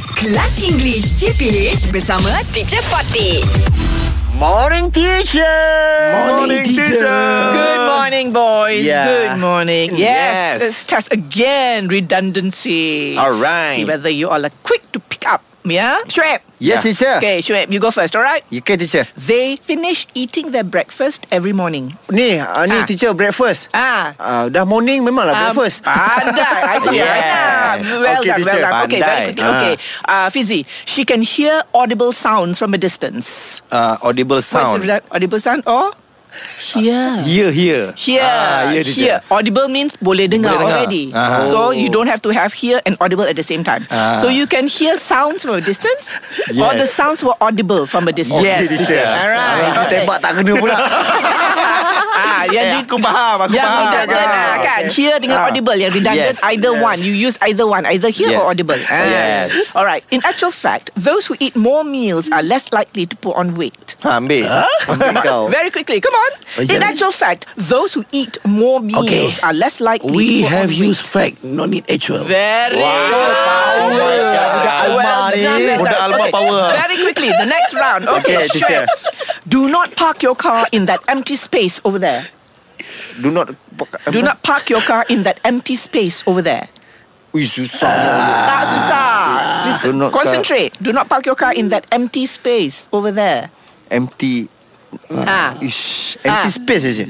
Kelas English CPH bersama Teacher Fatih. Morning teacher. Morning, teacher. Good morning, boys. Yeah. Good morning. Yes. Yes, It's test again. Redundancy. All right. See whether you all are quick to pick up. Yeah? Shuib. Yeah. Yes, teacher. Okay, Shuib, you go first, all right? You can teacher. They finish eating their breakfast every morning. Ni, ah, ni Ah. teacher breakfast. Ah. Ah, dah morning memanglah Um, breakfast. Pandai. I think Yes. yeah. Okay, Well done, well teacher, done. Okay, pandai. very quickly. Okay. Ah. Uh, Fizi, she can hear audible sounds from a distance. Uh, audible What's the audible sound or? Hear. Here, here. Here, Ah, yeah, teacher. here. Audible means boleh Boleh dengar, dengar. already. Ah. So you don't have to have here and audible at the same time. So you can hear sounds from a distance, or the sounds were audible from a distance. Yes, teacher. Alright. Ah, Okay. Tembak tak kena pula. Ah, yang di, Aku faham, aku yang faham. redundant Ah, lah kan. Here dengan audible yang redundant Yes, either yes. one. You use either one, either here Yes. or audible. Ah. Yes. All right. In actual fact, those who eat more meals are less likely to put on weight. Ha, ambil. Ambil Oh. kau. Very quickly, come on. In actual fact, those who eat more meals Okay. are less likely We to put have on weight. used fact, no need actual. Very good. Budak Well Alma ni. done, well Budak done. Alma Okay, power. Very quickly, the next round. Okay, Okay, teacher. sure. Do not park your car in that empty space over there. Do not. Do not park your car in that empty space over there. Ui, susah. Tak susah. Listen, Ah. Do not car- concentrate. Do not park your car in that empty space over there. Empty. Ah. Ish. Empty Ah. ya. space je.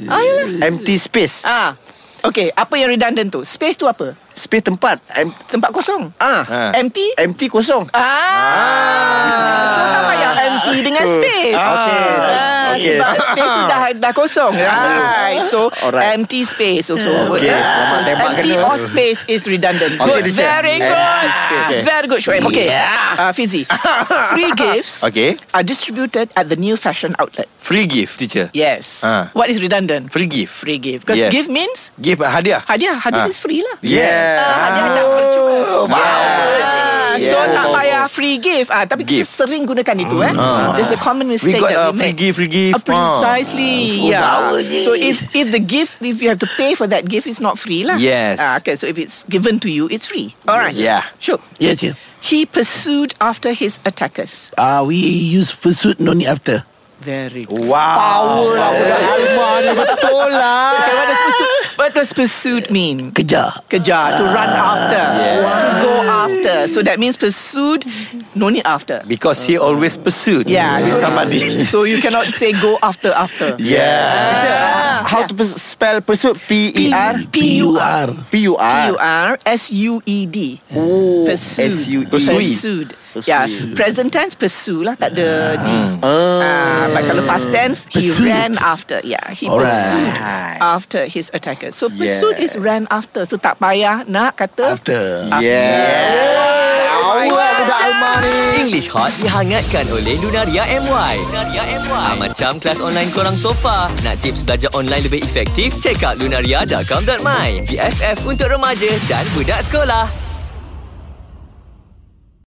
Empty space. Ah. Okay, apa yang redundant tu? Space tu apa? Space tempat. Em- Tempat kosong. ah. Empty? Empty kosong. Ah. So Ah, tak payah empty dengan space. Okay. Ah, Ah. Okay. Sebab space tu dah, dah kosong Right So Alright. empty space also Okay, selamat tembak Empty kena. or space is redundant Okay, Good teacher. Very Empty good space. Okay. Very good Shoaib Okay uh, Fizi Free gifts Okay. Are distributed at the new fashion outlet Free gift, teacher. Yes Ah. What is redundant? Free gift. Free gift Because Yeah. give means Give uh, hadiah. Hadiah Hadiah Ah. is free lah Yes. Ah, Hadiah tak percuma Ah, So Yeah. tak payah free gift ah, Tapi kita Gift. Ah. sering gunakan itu eh. There's a common We mistake got uh, that we free make gift, Ah, free gift. Uh, precisely, yeah. So if if the gift, if you have to pay for that gift, it's not free, lah. Yes. Ah, okay. So if it's given to you, it's free. All right. Yeah. Sure. Yes, yes. He pursued after his attackers. Uh, we use pursuit, no need after. Very. Good. Ah. Wow. Betul lah. Okay, what does pursuit? What does pursuit mean? Kejar. Kejar to run after, to go after. So that means pursued, no need after. Because he always pursued Yeah. with so- somebody. So you cannot say go after after. Yeah. Ah. How to pers- spell E pursuit? P-E-R? P-U-R. E P-U-R. U R S U E D. S-U-E. Pursued. Pursued. Yeah. Present tense pursue lah tak ada D. Ah, but kalau past tense he Pursued. ran after. Yeah, he pursued after his attacker. So pursuit is ran after. So tak payah nak kata After. Awak budak Alma ni. English Hot dihangatkan oleh Lunaria MY. Lunaria MY. Ah, macam kelas online korang sofa. Nak tips belajar online lebih efektif? Check out lunaria.com.my. BFF untuk remaja dan budak sekolah.